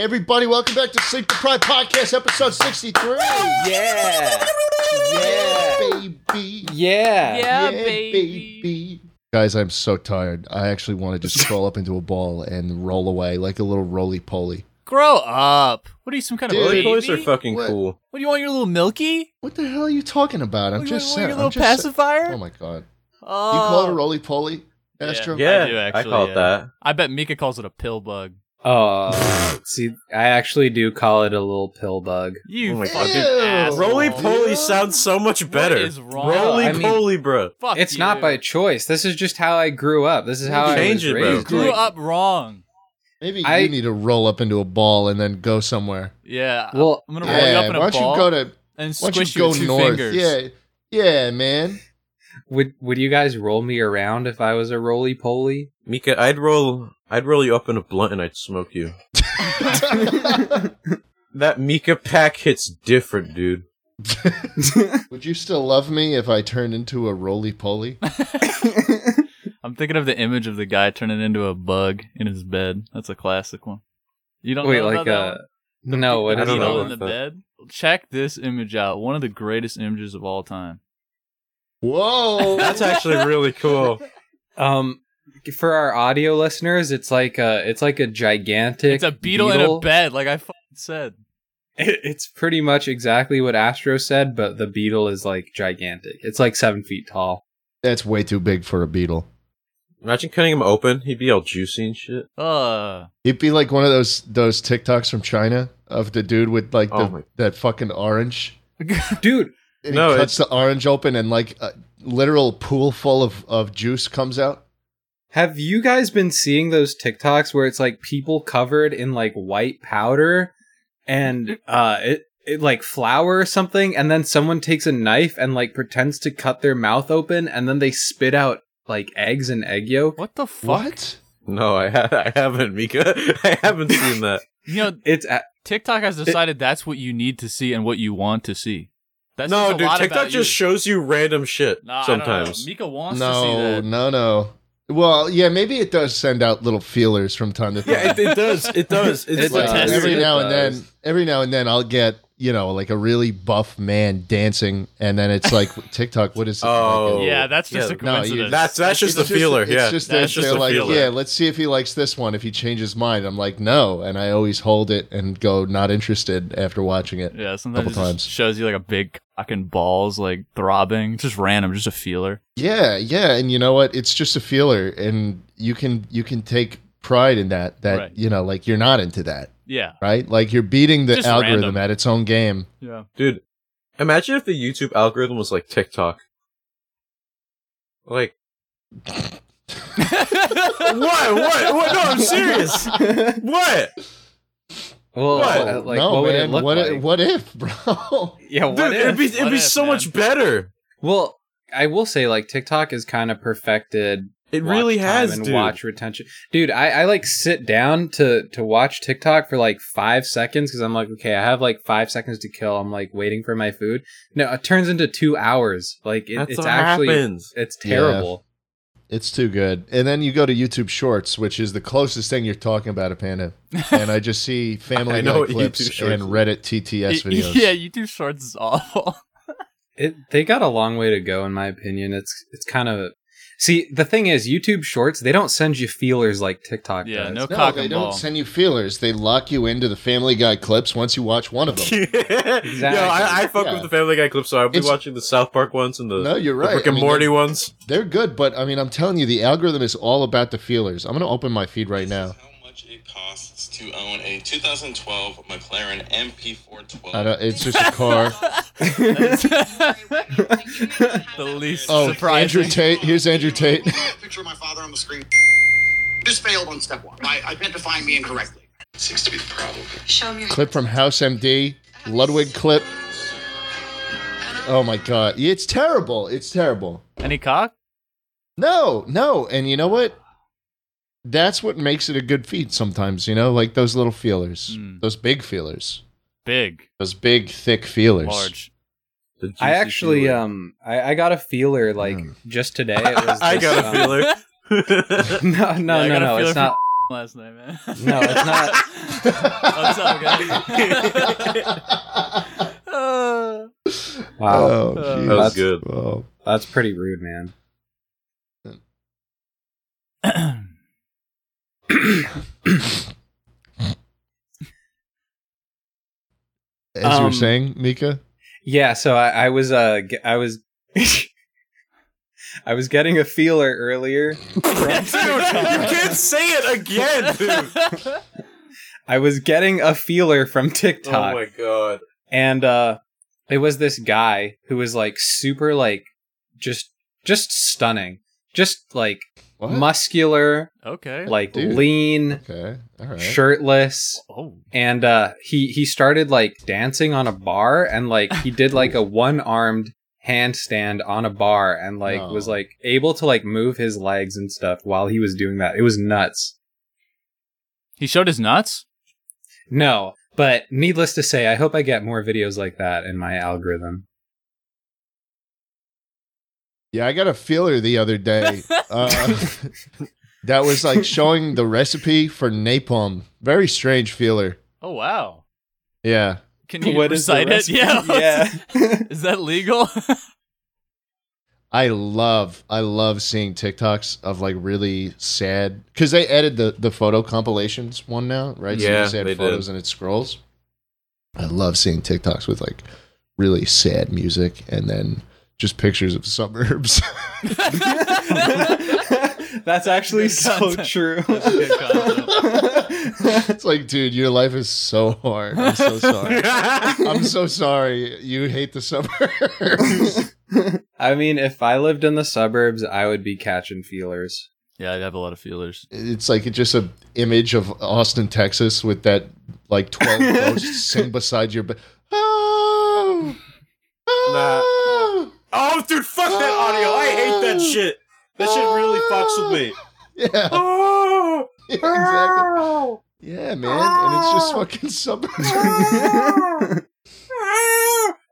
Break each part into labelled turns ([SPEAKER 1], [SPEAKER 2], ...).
[SPEAKER 1] Everybody, welcome back to Sleep Deprived Podcast, episode 63. Yeah,
[SPEAKER 2] Yeah. Yeah.
[SPEAKER 1] baby.
[SPEAKER 2] Yeah.
[SPEAKER 1] Yeah,
[SPEAKER 3] Yeah, baby.
[SPEAKER 1] Guys, I'm so tired. I actually want to just curl up into a ball and roll away like a little roly poly.
[SPEAKER 3] Grow up. What are you, some kind
[SPEAKER 1] Dude.
[SPEAKER 3] of
[SPEAKER 2] Roly
[SPEAKER 3] baby?
[SPEAKER 2] polies are fucking
[SPEAKER 1] What?
[SPEAKER 2] cool.
[SPEAKER 3] What do you want, your little milky?
[SPEAKER 1] What the hell are you talking about? I'm
[SPEAKER 3] What do you
[SPEAKER 1] just
[SPEAKER 3] want, your
[SPEAKER 1] saying.
[SPEAKER 3] little
[SPEAKER 1] I'm just saying-
[SPEAKER 3] pacifier?
[SPEAKER 1] Oh my god.
[SPEAKER 3] Oh.
[SPEAKER 1] You call it a roly poly,
[SPEAKER 3] Yeah.
[SPEAKER 1] Astro?
[SPEAKER 2] Yeah, I,
[SPEAKER 3] do actually,
[SPEAKER 2] call it
[SPEAKER 3] yeah.
[SPEAKER 2] that.
[SPEAKER 3] I bet Mika calls it a pill bug.
[SPEAKER 4] Oh, see, I actually do call it a little pill bug.
[SPEAKER 3] You
[SPEAKER 2] Oh my
[SPEAKER 3] fucking
[SPEAKER 1] God.
[SPEAKER 3] asshole.
[SPEAKER 1] Ew.
[SPEAKER 2] Roly
[SPEAKER 1] Yeah.
[SPEAKER 2] poly sounds so much better.
[SPEAKER 3] What is wrong?
[SPEAKER 2] Roly
[SPEAKER 4] I mean-
[SPEAKER 2] poly, bro.
[SPEAKER 3] Fuck
[SPEAKER 4] it's
[SPEAKER 3] you.
[SPEAKER 4] not by choice. This is just how I grew up. This is how I
[SPEAKER 2] Change
[SPEAKER 4] was
[SPEAKER 2] it, bro.
[SPEAKER 3] You
[SPEAKER 4] raised.
[SPEAKER 3] grew
[SPEAKER 4] Like,
[SPEAKER 3] up wrong.
[SPEAKER 1] Maybe
[SPEAKER 4] I-
[SPEAKER 1] you need to roll up into a ball and then go somewhere.
[SPEAKER 3] Yeah.
[SPEAKER 4] Well,
[SPEAKER 3] I'm gonna roll you
[SPEAKER 1] Yeah,
[SPEAKER 3] up in a
[SPEAKER 1] why don't
[SPEAKER 3] ball
[SPEAKER 1] you go to
[SPEAKER 3] and
[SPEAKER 1] why don't
[SPEAKER 3] squish
[SPEAKER 1] you go
[SPEAKER 3] with two
[SPEAKER 1] north?
[SPEAKER 3] fingers.
[SPEAKER 1] Yeah. Yeah, man.
[SPEAKER 4] Would would you guys roll me around if I was a roly poly?
[SPEAKER 2] Mika, I'd roll I'd roll you up in a blunt and I'd smoke you. That Mika pack hits different, dude.
[SPEAKER 1] Would you still love me if I turned into a roly poly?
[SPEAKER 3] I'm thinking of the image of the guy turning into a bug in his bed. That's a classic one. You don't
[SPEAKER 4] Wait,
[SPEAKER 3] know
[SPEAKER 4] like
[SPEAKER 3] about that
[SPEAKER 4] uh,
[SPEAKER 3] one?
[SPEAKER 4] no, what
[SPEAKER 2] I
[SPEAKER 4] is
[SPEAKER 2] don't
[SPEAKER 4] it?
[SPEAKER 2] know
[SPEAKER 3] needle
[SPEAKER 2] about
[SPEAKER 3] in the
[SPEAKER 2] that.
[SPEAKER 3] bed. Check this image out. One of the greatest images of all time.
[SPEAKER 1] Whoa.
[SPEAKER 2] That's actually really cool.
[SPEAKER 4] Um, for our audio listeners, it's like a it's like a gigantic.
[SPEAKER 3] It's a beetle, in a bed, like I fucking said.
[SPEAKER 4] It, it's pretty much exactly what Astro said, but the beetle is like gigantic. It's like seven feet tall.
[SPEAKER 1] That's way too big for a beetle.
[SPEAKER 2] Imagine cutting him open. He'd be all juicy and shit.
[SPEAKER 3] Uh,
[SPEAKER 1] He'd be like one of those those TikToks from China of the dude with like the,
[SPEAKER 2] Oh my-
[SPEAKER 1] that fucking orange.
[SPEAKER 4] Dude,
[SPEAKER 1] And
[SPEAKER 2] No,
[SPEAKER 1] he cuts the orange open and like a literal pool full of, of juice comes out.
[SPEAKER 4] Have you guys been seeing those TikToks where it's like people covered in like white powder and uh it, it like flour or something and then someone takes a knife and like pretends to cut their mouth open and then they spit out like eggs and egg yolk?
[SPEAKER 3] what the fuck?
[SPEAKER 1] What?
[SPEAKER 2] No, I ha- I haven't, Mika. I haven't seen that.
[SPEAKER 3] You know,
[SPEAKER 4] It's a-
[SPEAKER 3] TikTok has decided that's what you need to see and what you want to see. That's
[SPEAKER 2] no,
[SPEAKER 3] just a
[SPEAKER 2] dude,
[SPEAKER 3] lot
[SPEAKER 2] TikTok
[SPEAKER 3] about you.
[SPEAKER 2] just shows you random shit
[SPEAKER 3] Nah, I don't know.
[SPEAKER 2] sometimes.
[SPEAKER 3] Mika wants to see
[SPEAKER 1] no,
[SPEAKER 3] that.
[SPEAKER 1] no, no. Well, yeah, maybe it does send out little feelers from time to time.
[SPEAKER 2] Yeah, it, it does. It does. It's,
[SPEAKER 4] It's
[SPEAKER 1] Like,
[SPEAKER 3] a test.
[SPEAKER 1] every
[SPEAKER 3] It
[SPEAKER 1] now and
[SPEAKER 2] does.
[SPEAKER 1] then, every now and then, I'll get you know like a really buff man dancing, and then it's like TikTok. What is it?
[SPEAKER 2] Oh.
[SPEAKER 1] Like a-
[SPEAKER 3] Yeah, that's just
[SPEAKER 2] Yeah,
[SPEAKER 3] a
[SPEAKER 1] no, you-
[SPEAKER 3] coincidence.
[SPEAKER 2] That's that's just the
[SPEAKER 1] It's
[SPEAKER 2] feeler.
[SPEAKER 1] it's
[SPEAKER 2] yeah,
[SPEAKER 1] just that
[SPEAKER 3] That's
[SPEAKER 2] just
[SPEAKER 1] they're
[SPEAKER 2] a
[SPEAKER 1] like,
[SPEAKER 2] feeler.
[SPEAKER 1] yeah, let's see if he likes this one. If he changes mind, I'm like, no, and I always hold it and go not interested after watching it.
[SPEAKER 3] yeah, sometimes it
[SPEAKER 1] Couple
[SPEAKER 3] just
[SPEAKER 1] times.
[SPEAKER 3] shows you like a big cock and balls like throbbing, just random, just a feeler.
[SPEAKER 1] Yeah, yeah, and you know what? It's just a feeler, and you can you can take pride in that. That
[SPEAKER 3] Right.
[SPEAKER 1] you know, like you're not into that,
[SPEAKER 3] Yeah,
[SPEAKER 1] right? Like you're beating the
[SPEAKER 3] Just
[SPEAKER 1] algorithm
[SPEAKER 3] random.
[SPEAKER 1] at its own game.
[SPEAKER 3] yeah.
[SPEAKER 2] dude. Imagine if the YouTube algorithm was like TikTok. Like what? What? What? No, I'm serious. What?
[SPEAKER 4] well,
[SPEAKER 2] What?
[SPEAKER 4] uh, like
[SPEAKER 1] no,
[SPEAKER 4] what would
[SPEAKER 1] man.
[SPEAKER 4] it look
[SPEAKER 1] what,
[SPEAKER 4] like?
[SPEAKER 1] what if, bro?
[SPEAKER 4] yeah, what
[SPEAKER 2] Dude,
[SPEAKER 4] if?
[SPEAKER 2] it'd be it'd
[SPEAKER 3] What
[SPEAKER 2] be
[SPEAKER 3] if,
[SPEAKER 2] so much
[SPEAKER 3] man?
[SPEAKER 2] better.
[SPEAKER 4] well, I will say like TikTok is kind of perfected
[SPEAKER 2] It
[SPEAKER 4] watch
[SPEAKER 2] really
[SPEAKER 4] time
[SPEAKER 2] has,
[SPEAKER 4] and
[SPEAKER 2] dude.
[SPEAKER 4] watch retention dude I, I like sit down to to watch tiktok for like five seconds because i'm like okay i have like five seconds to kill i'm like waiting for my food no it turns into two hours like it,
[SPEAKER 2] That's
[SPEAKER 4] it's
[SPEAKER 2] what
[SPEAKER 4] actually
[SPEAKER 2] happens.
[SPEAKER 4] it's
[SPEAKER 1] Yeah.
[SPEAKER 4] terrible
[SPEAKER 1] It's too good. And then you go to YouTube Shorts, which is the closest thing you're talking about, a panda. And I just see
[SPEAKER 2] I
[SPEAKER 1] Family
[SPEAKER 2] know
[SPEAKER 1] Guy
[SPEAKER 2] what
[SPEAKER 1] clips
[SPEAKER 2] YouTube Shorts
[SPEAKER 1] and
[SPEAKER 2] is.
[SPEAKER 1] Reddit TTS videos.
[SPEAKER 3] Yeah, YouTube Shorts is awful.
[SPEAKER 4] it they got a long way to go in my opinion it's it's kind of see the thing is youtube shorts they don't send you feelers like tiktok
[SPEAKER 3] Yeah,
[SPEAKER 4] does.
[SPEAKER 3] no
[SPEAKER 1] No,
[SPEAKER 3] cock
[SPEAKER 1] they
[SPEAKER 3] and
[SPEAKER 1] don't
[SPEAKER 3] ball.
[SPEAKER 1] send you feelers. They lock you into the Family Guy clips once you watch one of them.
[SPEAKER 2] Yo, I, I fuck
[SPEAKER 1] Yeah.
[SPEAKER 2] with the Family Guy clips, so I'll be
[SPEAKER 1] It's-
[SPEAKER 2] watching the South Park ones and the,
[SPEAKER 1] no, you're
[SPEAKER 2] the
[SPEAKER 1] right.
[SPEAKER 2] Rick
[SPEAKER 1] I
[SPEAKER 2] and
[SPEAKER 1] mean,
[SPEAKER 2] Morty ones.
[SPEAKER 1] They're, they're good, but I mean, I'm telling you, the algorithm is all about the feelers. I'm going to open my feed right now.
[SPEAKER 5] How much it costs to own a 2012 McLaren MP412?
[SPEAKER 1] I don't, it's just a car.
[SPEAKER 3] The least
[SPEAKER 1] Oh,
[SPEAKER 3] surprising.
[SPEAKER 1] Andrew Tate. Here's Andrew Tate.
[SPEAKER 6] Picture of my father on the screen. Just failed on step one by identifying me incorrectly.
[SPEAKER 5] Seems to be the problem.
[SPEAKER 7] Show me your
[SPEAKER 1] clip from House MD. Ludwig clip. Oh my god, it's terrible. It's terrible.
[SPEAKER 3] Any cock?
[SPEAKER 1] No, no. And you know what? That's what makes it a good feed sometimes, you know, like those little feelers,
[SPEAKER 3] Mm.
[SPEAKER 1] those big feelers,
[SPEAKER 3] Big,
[SPEAKER 1] those big, thick feelers.
[SPEAKER 3] large.
[SPEAKER 2] The
[SPEAKER 4] I
[SPEAKER 2] juicy
[SPEAKER 4] actually
[SPEAKER 1] uh,
[SPEAKER 2] feeler.
[SPEAKER 4] um I, I got a
[SPEAKER 3] Hmm.
[SPEAKER 4] feeler like
[SPEAKER 1] Mm.
[SPEAKER 4] just today. It was
[SPEAKER 2] I
[SPEAKER 4] this,
[SPEAKER 2] got a
[SPEAKER 4] um,
[SPEAKER 2] feeler.
[SPEAKER 4] No, no,
[SPEAKER 3] Yeah,
[SPEAKER 4] no,
[SPEAKER 3] I got a
[SPEAKER 4] no.
[SPEAKER 3] feeler
[SPEAKER 4] It's
[SPEAKER 3] for-
[SPEAKER 4] not.
[SPEAKER 3] Last night, man.
[SPEAKER 4] No, it's not.
[SPEAKER 3] What's up, guys? Uh,
[SPEAKER 4] Wow,
[SPEAKER 1] Oh,
[SPEAKER 3] That
[SPEAKER 1] jeez.
[SPEAKER 7] That was
[SPEAKER 4] That's-
[SPEAKER 7] good.
[SPEAKER 1] Well,
[SPEAKER 4] that's pretty rude, man.
[SPEAKER 1] as you were
[SPEAKER 4] Um,
[SPEAKER 1] saying, Mika.
[SPEAKER 4] Yeah, so I, I was uh ge- I was I was getting a feeler earlier.
[SPEAKER 2] dude, you can't say it again, dude.
[SPEAKER 4] I was getting a feeler from TikTok.
[SPEAKER 7] Oh my god.
[SPEAKER 4] and uh it was this guy who was like super like just just stunning. Just like
[SPEAKER 1] What?
[SPEAKER 4] muscular,
[SPEAKER 3] okay.
[SPEAKER 4] like
[SPEAKER 1] Dude.
[SPEAKER 4] lean,
[SPEAKER 1] okay. All right.
[SPEAKER 4] shirtless,
[SPEAKER 3] oh,
[SPEAKER 4] and uh he he started like dancing on a bar and like he did like a one-armed handstand on a bar and like
[SPEAKER 1] No.
[SPEAKER 4] was like able to like move his legs and stuff while he was doing that it was nuts
[SPEAKER 3] he showed his nuts.
[SPEAKER 4] no but needless to say i hope i get more videos like that in my algorithm
[SPEAKER 1] Yeah, I got a feeler the other day. Uh, that was like showing the recipe for napalm. Very strange feeler.
[SPEAKER 3] Oh wow.
[SPEAKER 1] Yeah.
[SPEAKER 3] Can you
[SPEAKER 4] What is the
[SPEAKER 3] recite it?
[SPEAKER 4] recipe?
[SPEAKER 3] Yeah.
[SPEAKER 4] yeah
[SPEAKER 3] Is that legal?
[SPEAKER 1] I love I love seeing TikToks of like really sad because they added the the photo compilations one now, right?
[SPEAKER 7] Yeah,
[SPEAKER 1] so you just add
[SPEAKER 7] they
[SPEAKER 1] photos and it scrolls. I love seeing TikToks with like really sad music and then just pictures of suburbs.
[SPEAKER 4] that's actually
[SPEAKER 3] Good
[SPEAKER 4] so
[SPEAKER 3] content.
[SPEAKER 4] true
[SPEAKER 3] Good concept.
[SPEAKER 1] it's like, dude, your life is so hard. I'm so sorry. I'm so sorry. You hate the suburbs.
[SPEAKER 4] i mean if i lived in the suburbs i would be catching feelers
[SPEAKER 3] yeah, I'd have a lot of feelers.
[SPEAKER 1] it's like just a image of Austin, Texas, with that like twelve ghosts sing beside your bed. Oh, oh.
[SPEAKER 2] Oh, dude, fuck that audio. I hate that
[SPEAKER 1] Ah!
[SPEAKER 2] shit. That shit really fucks with me.
[SPEAKER 1] yeah,
[SPEAKER 2] Oh,
[SPEAKER 1] yeah, exactly. Yeah, man, and it's just fucking suburbs.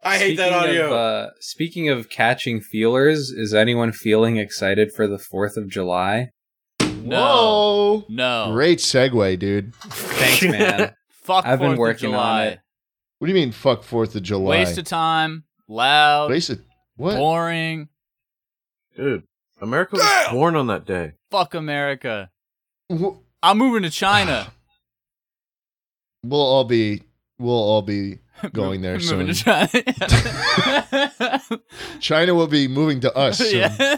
[SPEAKER 2] I hate that
[SPEAKER 4] Speaking
[SPEAKER 2] audio.
[SPEAKER 4] Of, uh, speaking of catching feelers, is anyone feeling excited for the 4th of July?
[SPEAKER 3] No.
[SPEAKER 1] Whoa.
[SPEAKER 3] No.
[SPEAKER 1] Great segue, dude.
[SPEAKER 4] Thanks, man.
[SPEAKER 3] Fuck.
[SPEAKER 4] I've been
[SPEAKER 3] 4th of
[SPEAKER 4] working on
[SPEAKER 3] July.
[SPEAKER 4] it.
[SPEAKER 1] What do you mean, fuck Fourth of July?
[SPEAKER 3] Waste of time. Loud.
[SPEAKER 1] Waste of- what?
[SPEAKER 3] Boring.
[SPEAKER 7] Dude, America was born on that day.
[SPEAKER 3] Fuck America.
[SPEAKER 1] We'll
[SPEAKER 3] I'm moving to China.
[SPEAKER 1] we'll all be. We'll all be going there
[SPEAKER 3] moving
[SPEAKER 1] soon.
[SPEAKER 3] to China.
[SPEAKER 1] China will be moving to us soon.
[SPEAKER 3] yeah.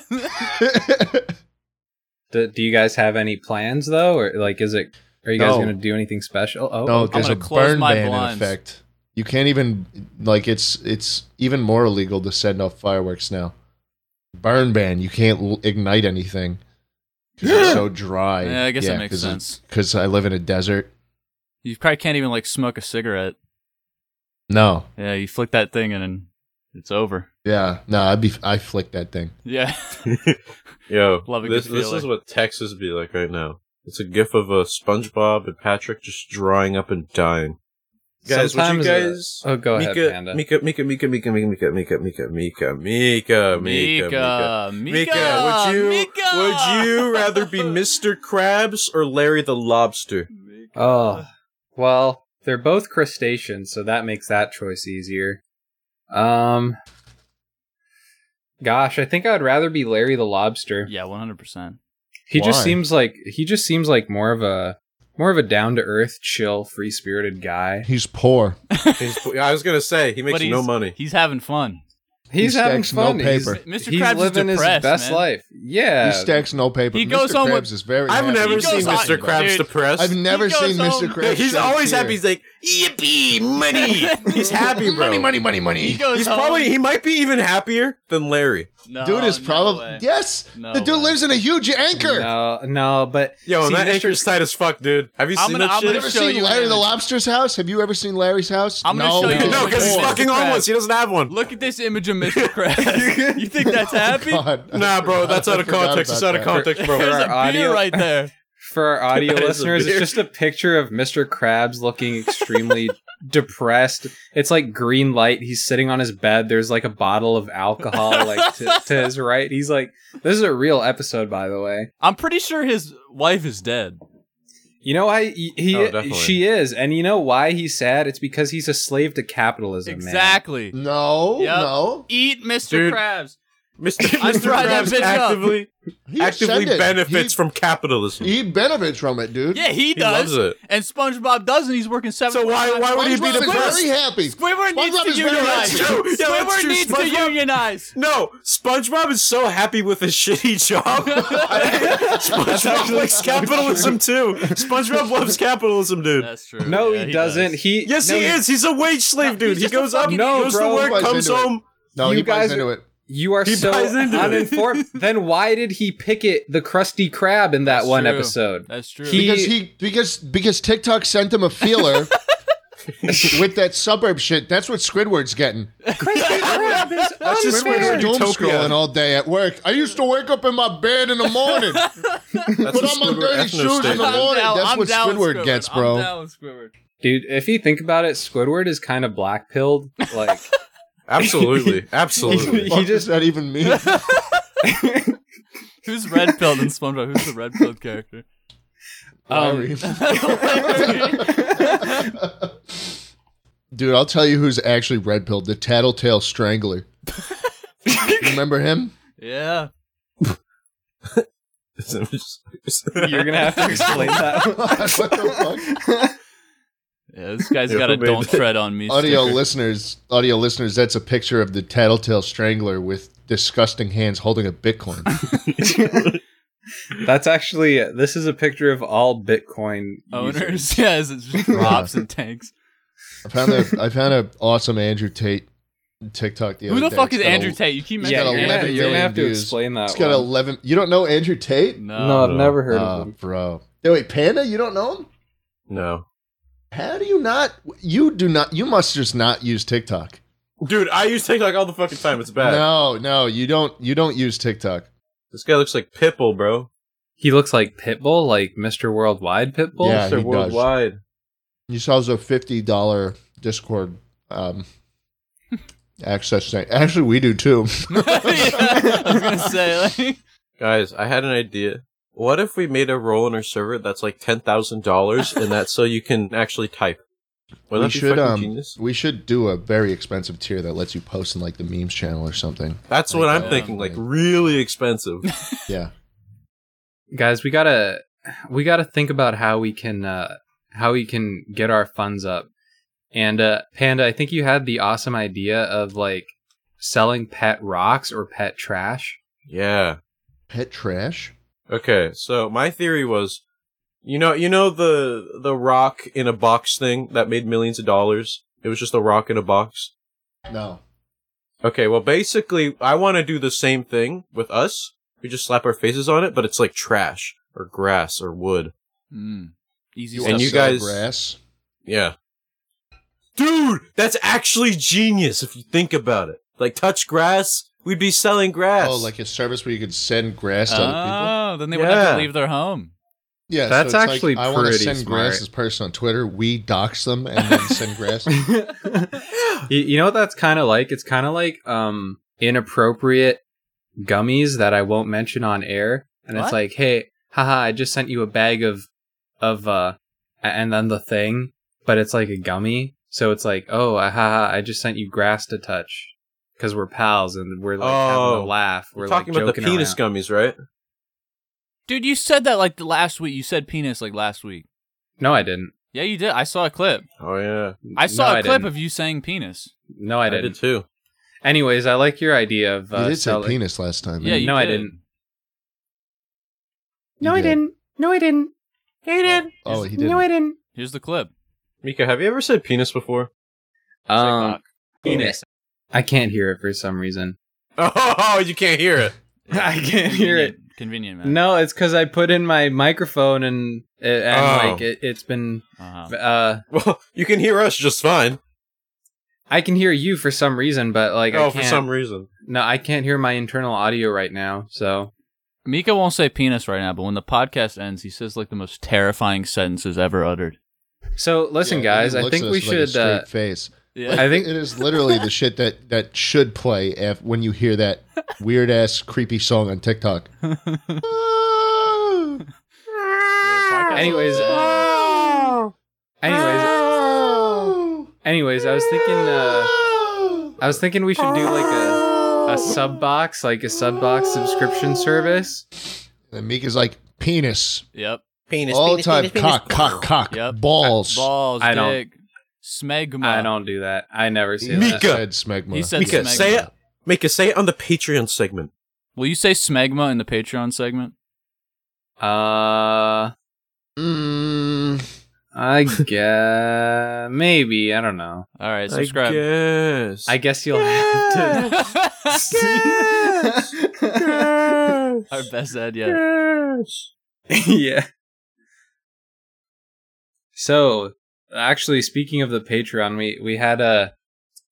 [SPEAKER 4] Do, do you guys have any plans though, or like, is it? Are you guys
[SPEAKER 1] No.
[SPEAKER 4] going to do anything special? Oh,
[SPEAKER 1] No,
[SPEAKER 4] okay.
[SPEAKER 1] there's a
[SPEAKER 3] gonna close
[SPEAKER 1] burn
[SPEAKER 3] my
[SPEAKER 1] ban
[SPEAKER 3] blinds.
[SPEAKER 1] in effect. You can't even like it's it's even more illegal to send off fireworks now. Burn ban. You can't l- ignite anything because it's so dry.
[SPEAKER 3] Yeah, I guess that makes
[SPEAKER 1] 'cause it-
[SPEAKER 3] sense.
[SPEAKER 1] Because I live in a desert.
[SPEAKER 3] You probably can't even like smoke a cigarette.
[SPEAKER 1] No.
[SPEAKER 3] Yeah, you flick that thing and then it's over.
[SPEAKER 1] Yeah. No. I'd be. I flick that thing.
[SPEAKER 3] Yeah.
[SPEAKER 7] Yo,
[SPEAKER 3] Love a
[SPEAKER 7] this,
[SPEAKER 3] good
[SPEAKER 7] this
[SPEAKER 3] feeler.
[SPEAKER 7] is what Texas be like right now. It's a gif of uh, SpongeBob and Patrick just drying up and dying. Guys,
[SPEAKER 4] Sometimes,
[SPEAKER 7] would you
[SPEAKER 4] uh,
[SPEAKER 7] guys?
[SPEAKER 4] oh, go ahead,
[SPEAKER 7] Mika,
[SPEAKER 4] Panda.
[SPEAKER 7] Mika, Mika, Mika, Mika, Mika, Mika, Mika, Mika, Mika, Mika,
[SPEAKER 3] Mika. Mika.
[SPEAKER 7] Mika. Would you?
[SPEAKER 3] Mika!
[SPEAKER 7] Would you rather be Mr. Krabs or Larry the Lobster?
[SPEAKER 3] Mika.
[SPEAKER 4] Oh, well, they're both crustaceans, so that makes that choice easier. Um, gosh, I think I would rather be Larry the Lobster.
[SPEAKER 3] Yeah, 100%.
[SPEAKER 4] He just
[SPEAKER 1] Why?
[SPEAKER 4] seems like he just seems like more of a more of a down to earth, chill, free spirited guy.
[SPEAKER 1] He's poor.
[SPEAKER 7] He's- I was gonna say he makes
[SPEAKER 3] But
[SPEAKER 7] no
[SPEAKER 3] he's-
[SPEAKER 7] money.
[SPEAKER 3] He's having fun.
[SPEAKER 4] He's
[SPEAKER 1] He
[SPEAKER 4] having
[SPEAKER 1] stacks no
[SPEAKER 4] fun. He's-
[SPEAKER 1] paper.
[SPEAKER 3] Mr.
[SPEAKER 4] He's
[SPEAKER 3] Krabs
[SPEAKER 4] living
[SPEAKER 3] is depressed,
[SPEAKER 4] his best
[SPEAKER 3] man.
[SPEAKER 4] life. Yeah,
[SPEAKER 1] he stacks no paper.
[SPEAKER 3] He
[SPEAKER 1] Mr.
[SPEAKER 3] goes home
[SPEAKER 1] Krabs
[SPEAKER 3] with-
[SPEAKER 1] is very.
[SPEAKER 7] I've
[SPEAKER 1] happy.
[SPEAKER 7] never
[SPEAKER 3] He
[SPEAKER 7] seen
[SPEAKER 3] goes on-
[SPEAKER 7] Mr. Krabs
[SPEAKER 3] Dude,
[SPEAKER 7] depressed.
[SPEAKER 1] I've never
[SPEAKER 3] goes
[SPEAKER 1] seen Mr.
[SPEAKER 3] home-
[SPEAKER 1] Krabs.
[SPEAKER 7] He's
[SPEAKER 1] shed a
[SPEAKER 7] always
[SPEAKER 1] tear.
[SPEAKER 7] happy. He's like, yippee, money. He's happy, bro.
[SPEAKER 1] Money, money, money,
[SPEAKER 3] He
[SPEAKER 1] money.
[SPEAKER 3] goes
[SPEAKER 7] He's
[SPEAKER 3] home-
[SPEAKER 7] probably he might be even happier than Larry.
[SPEAKER 3] No,
[SPEAKER 1] Dude is
[SPEAKER 3] no
[SPEAKER 1] probably
[SPEAKER 3] way.
[SPEAKER 1] yes.
[SPEAKER 3] No
[SPEAKER 1] the dude
[SPEAKER 3] way.
[SPEAKER 1] lives in a huge anchor.
[SPEAKER 4] no, no, but
[SPEAKER 7] Yo,
[SPEAKER 4] See,
[SPEAKER 7] and that
[SPEAKER 4] Mr.
[SPEAKER 7] anchor's tight as fuck, dude. Have you
[SPEAKER 3] I'm
[SPEAKER 7] seen
[SPEAKER 3] gonna-
[SPEAKER 7] that
[SPEAKER 3] I'm
[SPEAKER 7] shit?
[SPEAKER 3] gonna
[SPEAKER 1] ever
[SPEAKER 3] show
[SPEAKER 1] seen
[SPEAKER 3] you an
[SPEAKER 1] Larry the
[SPEAKER 3] image.
[SPEAKER 1] Lobster's house? Have you ever seen Larry's house?
[SPEAKER 3] I'm gonna show you Oh. an
[SPEAKER 7] no, because he's
[SPEAKER 3] Mr.
[SPEAKER 7] fucking
[SPEAKER 3] Krabs.
[SPEAKER 7] on once. He doesn't have one.
[SPEAKER 3] Look at this image of Mr. Krabs. you think
[SPEAKER 7] Oh
[SPEAKER 3] that's happy?
[SPEAKER 1] God, I
[SPEAKER 7] Nah, bro,
[SPEAKER 1] forgot-
[SPEAKER 7] that's out
[SPEAKER 1] I
[SPEAKER 7] of
[SPEAKER 1] forgot
[SPEAKER 7] context.
[SPEAKER 1] about
[SPEAKER 7] It's out of
[SPEAKER 1] that.
[SPEAKER 7] context,
[SPEAKER 3] There's
[SPEAKER 7] bro.
[SPEAKER 4] our
[SPEAKER 3] a beer
[SPEAKER 4] audio-
[SPEAKER 3] right there.
[SPEAKER 4] for our audio
[SPEAKER 7] That is a
[SPEAKER 4] listeners, it's
[SPEAKER 7] beard.
[SPEAKER 4] just a picture of Mr. Krabs looking extremely depressed. It's like green light. He's sitting on his bed. There's like a bottle of alcohol like to, to his right. He's like, this is a real episode, by the way.
[SPEAKER 3] I'm pretty sure his wife is dead.
[SPEAKER 4] You know why he, he-
[SPEAKER 7] Oh, definitely.
[SPEAKER 4] she is, and you know why he's sad? It's because he's a slave to capitalism. man.
[SPEAKER 3] Exactly.
[SPEAKER 1] No,
[SPEAKER 3] Yep.
[SPEAKER 1] no.
[SPEAKER 3] Eat Mr.
[SPEAKER 7] Dude.
[SPEAKER 3] Krabs.
[SPEAKER 7] Mr.
[SPEAKER 3] I
[SPEAKER 7] Mr.
[SPEAKER 3] tried that
[SPEAKER 7] Krabs
[SPEAKER 3] bitch up.
[SPEAKER 7] actively
[SPEAKER 1] He
[SPEAKER 7] actively
[SPEAKER 1] said it.
[SPEAKER 7] benefits
[SPEAKER 1] He-
[SPEAKER 7] from capitalism.
[SPEAKER 1] He benefits from it, dude.
[SPEAKER 3] Yeah, he
[SPEAKER 7] He loves
[SPEAKER 3] does.
[SPEAKER 7] it.
[SPEAKER 3] and SpongeBob doesn't. He's working seven.
[SPEAKER 7] So why why would he be
[SPEAKER 1] SpongeBob is
[SPEAKER 7] depressed?
[SPEAKER 1] very happy.
[SPEAKER 3] Squidward needs
[SPEAKER 1] SpongeBob
[SPEAKER 3] to
[SPEAKER 1] is very
[SPEAKER 3] unionize.
[SPEAKER 1] rich.
[SPEAKER 7] Yeah, that's
[SPEAKER 3] Squidward
[SPEAKER 7] true.
[SPEAKER 3] needs to
[SPEAKER 7] SpongeBob-
[SPEAKER 3] unionize.
[SPEAKER 7] No, SpongeBob is so happy with his shitty job. SpongeBob likes capitalism too. SpongeBob loves capitalism, dude.
[SPEAKER 3] That's true.
[SPEAKER 4] No,
[SPEAKER 3] Yeah,
[SPEAKER 4] he, doesn't. He
[SPEAKER 7] Yes,
[SPEAKER 4] no,
[SPEAKER 7] he is. He's a wage slave,
[SPEAKER 3] No, he's
[SPEAKER 7] dude. He
[SPEAKER 3] just a
[SPEAKER 7] goes up,
[SPEAKER 3] fucking
[SPEAKER 4] idiot.
[SPEAKER 7] goes to
[SPEAKER 4] No,
[SPEAKER 7] work,
[SPEAKER 1] bro.
[SPEAKER 7] comes
[SPEAKER 1] Buys into
[SPEAKER 7] home.
[SPEAKER 1] No,
[SPEAKER 4] You
[SPEAKER 1] he buys
[SPEAKER 4] guys-
[SPEAKER 1] into it.
[SPEAKER 4] You are
[SPEAKER 7] He
[SPEAKER 4] so
[SPEAKER 7] buys into it.
[SPEAKER 4] uninformed. then why did he picket the Krusty Krab in that
[SPEAKER 3] That's
[SPEAKER 4] one
[SPEAKER 3] true.
[SPEAKER 4] episode?
[SPEAKER 3] That's true.
[SPEAKER 4] He-
[SPEAKER 1] because he because because TikTok sent him a feeler with that suburb shit. That's what Squidward's getting.
[SPEAKER 4] Krusty Krab is
[SPEAKER 7] That's just
[SPEAKER 1] We're
[SPEAKER 7] Squidward.
[SPEAKER 1] doom
[SPEAKER 7] Utopia.
[SPEAKER 1] scrolling all day at work. I used to wake up in my bed in the morning,
[SPEAKER 7] That's
[SPEAKER 1] put
[SPEAKER 7] a
[SPEAKER 1] on my
[SPEAKER 7] Squidward
[SPEAKER 1] dirty
[SPEAKER 7] ethno
[SPEAKER 1] shoes in
[SPEAKER 7] statement.
[SPEAKER 1] the morning.
[SPEAKER 3] down-
[SPEAKER 1] That's
[SPEAKER 3] I'm
[SPEAKER 1] what
[SPEAKER 3] down with
[SPEAKER 1] Squidward gets, bro.
[SPEAKER 3] I'm down with Squidward.
[SPEAKER 4] Dude, if you think about it, Squidward is kind of black pilled. Like
[SPEAKER 7] Absolutely, absolutely.
[SPEAKER 1] He
[SPEAKER 4] He
[SPEAKER 1] just
[SPEAKER 4] just-
[SPEAKER 1] that even mean?
[SPEAKER 3] Who's red pilled in SpongeBob? Who's the red pilled character?
[SPEAKER 4] um,
[SPEAKER 1] Dude, I'll tell you who's actually red pilled. The Tattletale Strangler. Remember him?
[SPEAKER 3] yeah.
[SPEAKER 4] you're gonna have to explain that.
[SPEAKER 1] what the fuck?
[SPEAKER 3] Yeah, this guy's
[SPEAKER 7] Yeah,
[SPEAKER 3] got a
[SPEAKER 7] who made
[SPEAKER 3] don't
[SPEAKER 7] that?
[SPEAKER 3] tread on me.
[SPEAKER 1] Audio
[SPEAKER 3] sticker.
[SPEAKER 1] listeners, audio listeners, that's a picture of the Tattletale Strangler with disgusting hands holding a Bitcoin.
[SPEAKER 4] That's actually this is a picture of all Bitcoin users.
[SPEAKER 3] owners. Yes, it's just drops and tanks.
[SPEAKER 1] I found a I found an awesome Andrew Tate TikTok the other
[SPEAKER 3] Who the
[SPEAKER 1] day.
[SPEAKER 3] fuck is
[SPEAKER 1] It's got a-
[SPEAKER 3] Andrew Tate? You keep
[SPEAKER 1] He's
[SPEAKER 4] Yeah,
[SPEAKER 1] got
[SPEAKER 3] mentioning
[SPEAKER 4] you're gonna,
[SPEAKER 1] 11
[SPEAKER 4] you're gonna
[SPEAKER 1] million
[SPEAKER 4] have to
[SPEAKER 1] views.
[SPEAKER 4] explaven that.
[SPEAKER 1] It's got
[SPEAKER 4] one.
[SPEAKER 1] eleven. You don't know Andrew Tate?
[SPEAKER 3] No.
[SPEAKER 4] No, I've
[SPEAKER 7] No.
[SPEAKER 4] never heard
[SPEAKER 1] Oh,
[SPEAKER 4] of him.
[SPEAKER 1] bro. No, wait, Panda, you don't know him?
[SPEAKER 7] no,
[SPEAKER 1] How do you not? You do not. You must just not use TikTok.
[SPEAKER 7] dude, I use TikTok all the fucking time. It's bad.
[SPEAKER 1] No, no, you don't. You don't use TikTok.
[SPEAKER 7] This guy looks like Pitbull, bro.
[SPEAKER 4] He looks like Pitbull, like Mr. Worldwide Pitbull.
[SPEAKER 1] Yeah,
[SPEAKER 7] They're
[SPEAKER 1] he does.
[SPEAKER 7] worldwide.
[SPEAKER 1] You saw the fifty dollar Discord um, access thing. Actually, we do too.
[SPEAKER 3] Yeah, I was gonna say like,
[SPEAKER 7] Guys, I had an idea. What if we made a role in our server that's like ten thousand dollars, and that's so you can actually type?
[SPEAKER 1] we
[SPEAKER 7] Wouldn't that be
[SPEAKER 1] should
[SPEAKER 7] fucking
[SPEAKER 1] um,
[SPEAKER 7] genius?
[SPEAKER 1] we should do a very expensive tier that lets you post in like the memes channel or something.
[SPEAKER 7] That's what I'm
[SPEAKER 3] Yeah.
[SPEAKER 7] thinking. Like really expensive.
[SPEAKER 1] Yeah,
[SPEAKER 4] Guys, we gotta we gotta think about how we can uh how we can get our funds up. And uh Panda, I think you had the awesome idea of like selling pet rocks or pet trash.
[SPEAKER 7] yeah.
[SPEAKER 1] pet trash.
[SPEAKER 7] Okay. So my theory was, you know, you know the the rock in a box thing that made millions of dollars. It was just a rock in a box.
[SPEAKER 1] No,
[SPEAKER 7] Okay. Well, basically, I want to do the same thing with us. We just slap our faces on it, but it's like trash or grass or wood.
[SPEAKER 3] mm, easy.
[SPEAKER 7] And
[SPEAKER 3] stuff.
[SPEAKER 1] wanna
[SPEAKER 7] you
[SPEAKER 1] sell
[SPEAKER 7] guys-
[SPEAKER 1] grass.
[SPEAKER 7] Yeah. Dude, that's actually genius if you think about it. Like touch grass, we'd be selling grass.
[SPEAKER 1] Oh, like a service where you could send grass to other people.
[SPEAKER 3] Oh, then they would have to
[SPEAKER 7] Yeah.
[SPEAKER 3] leave their home.
[SPEAKER 1] Yeah, so
[SPEAKER 4] That's
[SPEAKER 1] it's like,
[SPEAKER 4] actually
[SPEAKER 1] I wanna
[SPEAKER 4] pretty
[SPEAKER 1] send
[SPEAKER 4] smart.
[SPEAKER 1] grass this person on Twitter. We dox them and then send grass.
[SPEAKER 4] you, you know what that's kinda like? It's kinda like um inappropriate gummies that I won't mention on air. And
[SPEAKER 3] What?
[SPEAKER 4] it's like, hey, haha, I just sent you a bag of of uh a- and then the thing, but it's like a gummy. So it's like, oh, ah, haha, I just sent you grass to touch because we're pals and we're like having
[SPEAKER 7] Oh.
[SPEAKER 4] a laugh. We're
[SPEAKER 7] We're talking
[SPEAKER 4] like
[SPEAKER 7] about the
[SPEAKER 4] joking
[SPEAKER 7] penis
[SPEAKER 4] around.
[SPEAKER 7] gummies, right?
[SPEAKER 3] Dude, you said that like the last week. You said penis like last week.
[SPEAKER 4] No, I didn't.
[SPEAKER 3] Yeah, you did. I saw a clip.
[SPEAKER 7] Oh yeah.
[SPEAKER 3] I saw
[SPEAKER 4] No,
[SPEAKER 3] a
[SPEAKER 4] I
[SPEAKER 3] clip
[SPEAKER 4] didn't.
[SPEAKER 3] of you saying penis.
[SPEAKER 4] No, I didn't.
[SPEAKER 7] did too.
[SPEAKER 4] Anyways, I like your idea of
[SPEAKER 1] you
[SPEAKER 4] uh,
[SPEAKER 1] did say
[SPEAKER 4] selling.
[SPEAKER 1] penis last time.
[SPEAKER 3] Yeah,
[SPEAKER 1] man.
[SPEAKER 3] you
[SPEAKER 4] No, I
[SPEAKER 3] did.
[SPEAKER 4] didn't.
[SPEAKER 1] You did.
[SPEAKER 4] No, I didn't. I
[SPEAKER 1] Oh, he did.
[SPEAKER 4] didn't.
[SPEAKER 3] Here's the clip.
[SPEAKER 7] Mika, have you ever said penis before?
[SPEAKER 4] Um, penis. I can't hear it for some reason.
[SPEAKER 7] Oh, you can't hear it.
[SPEAKER 4] I can't hear it.
[SPEAKER 3] Convenient- Convenient, man.
[SPEAKER 4] No, it's because I put in my microphone and it, and
[SPEAKER 7] Oh.
[SPEAKER 4] like it, it's been.
[SPEAKER 3] Uh-huh.
[SPEAKER 4] Uh,
[SPEAKER 7] Well, you can hear us just fine.
[SPEAKER 4] I can hear you for some reason, but like I
[SPEAKER 7] oh,
[SPEAKER 4] can't,
[SPEAKER 7] for some reason.
[SPEAKER 4] no, I can't hear my internal audio right now. So
[SPEAKER 3] Mika won't say penis right now, but when the podcast ends, he says like the most terrifying sentences ever uttered.
[SPEAKER 4] so listen,
[SPEAKER 1] Yeah,
[SPEAKER 4] guys.
[SPEAKER 1] he
[SPEAKER 4] I
[SPEAKER 1] looks
[SPEAKER 4] think
[SPEAKER 1] at
[SPEAKER 4] we
[SPEAKER 1] us with, like, a
[SPEAKER 4] should. uh,
[SPEAKER 1] straight face.
[SPEAKER 3] Yeah.
[SPEAKER 4] I think-
[SPEAKER 1] it is literally the shit that that should play if, when you hear that weird ass creepy song on TikTok.
[SPEAKER 3] The podcast
[SPEAKER 4] Anyways, uh,
[SPEAKER 3] ends.
[SPEAKER 4] Anyways, anyways, I was thinking. Uh, I was thinking we should do like a a sub box, like a sub box subscription service.
[SPEAKER 1] And Mika's like penis
[SPEAKER 3] Yep.
[SPEAKER 7] Penis.
[SPEAKER 1] all the time. cock, cock, cock,
[SPEAKER 3] Yep.
[SPEAKER 1] balls.
[SPEAKER 3] Balls.
[SPEAKER 4] I don't-
[SPEAKER 3] dick. Smegma.
[SPEAKER 4] I don't do that. I never say
[SPEAKER 1] Mika
[SPEAKER 4] that.
[SPEAKER 1] said smegma.
[SPEAKER 3] He said
[SPEAKER 7] Mika,
[SPEAKER 3] smegma.
[SPEAKER 7] say it. Mika, say it on the Patreon segment.
[SPEAKER 3] Will you say smegma in the Patreon segment?
[SPEAKER 4] Uh,
[SPEAKER 1] Mm,
[SPEAKER 4] I guess maybe I don't know.
[SPEAKER 3] All right, subscribe.
[SPEAKER 7] Yes.
[SPEAKER 4] I guess you'll have to.
[SPEAKER 7] Yes. Yes.
[SPEAKER 3] Our best ad yet.
[SPEAKER 7] Yes.
[SPEAKER 4] yeah. So, actually, speaking of the Patreon, we we had a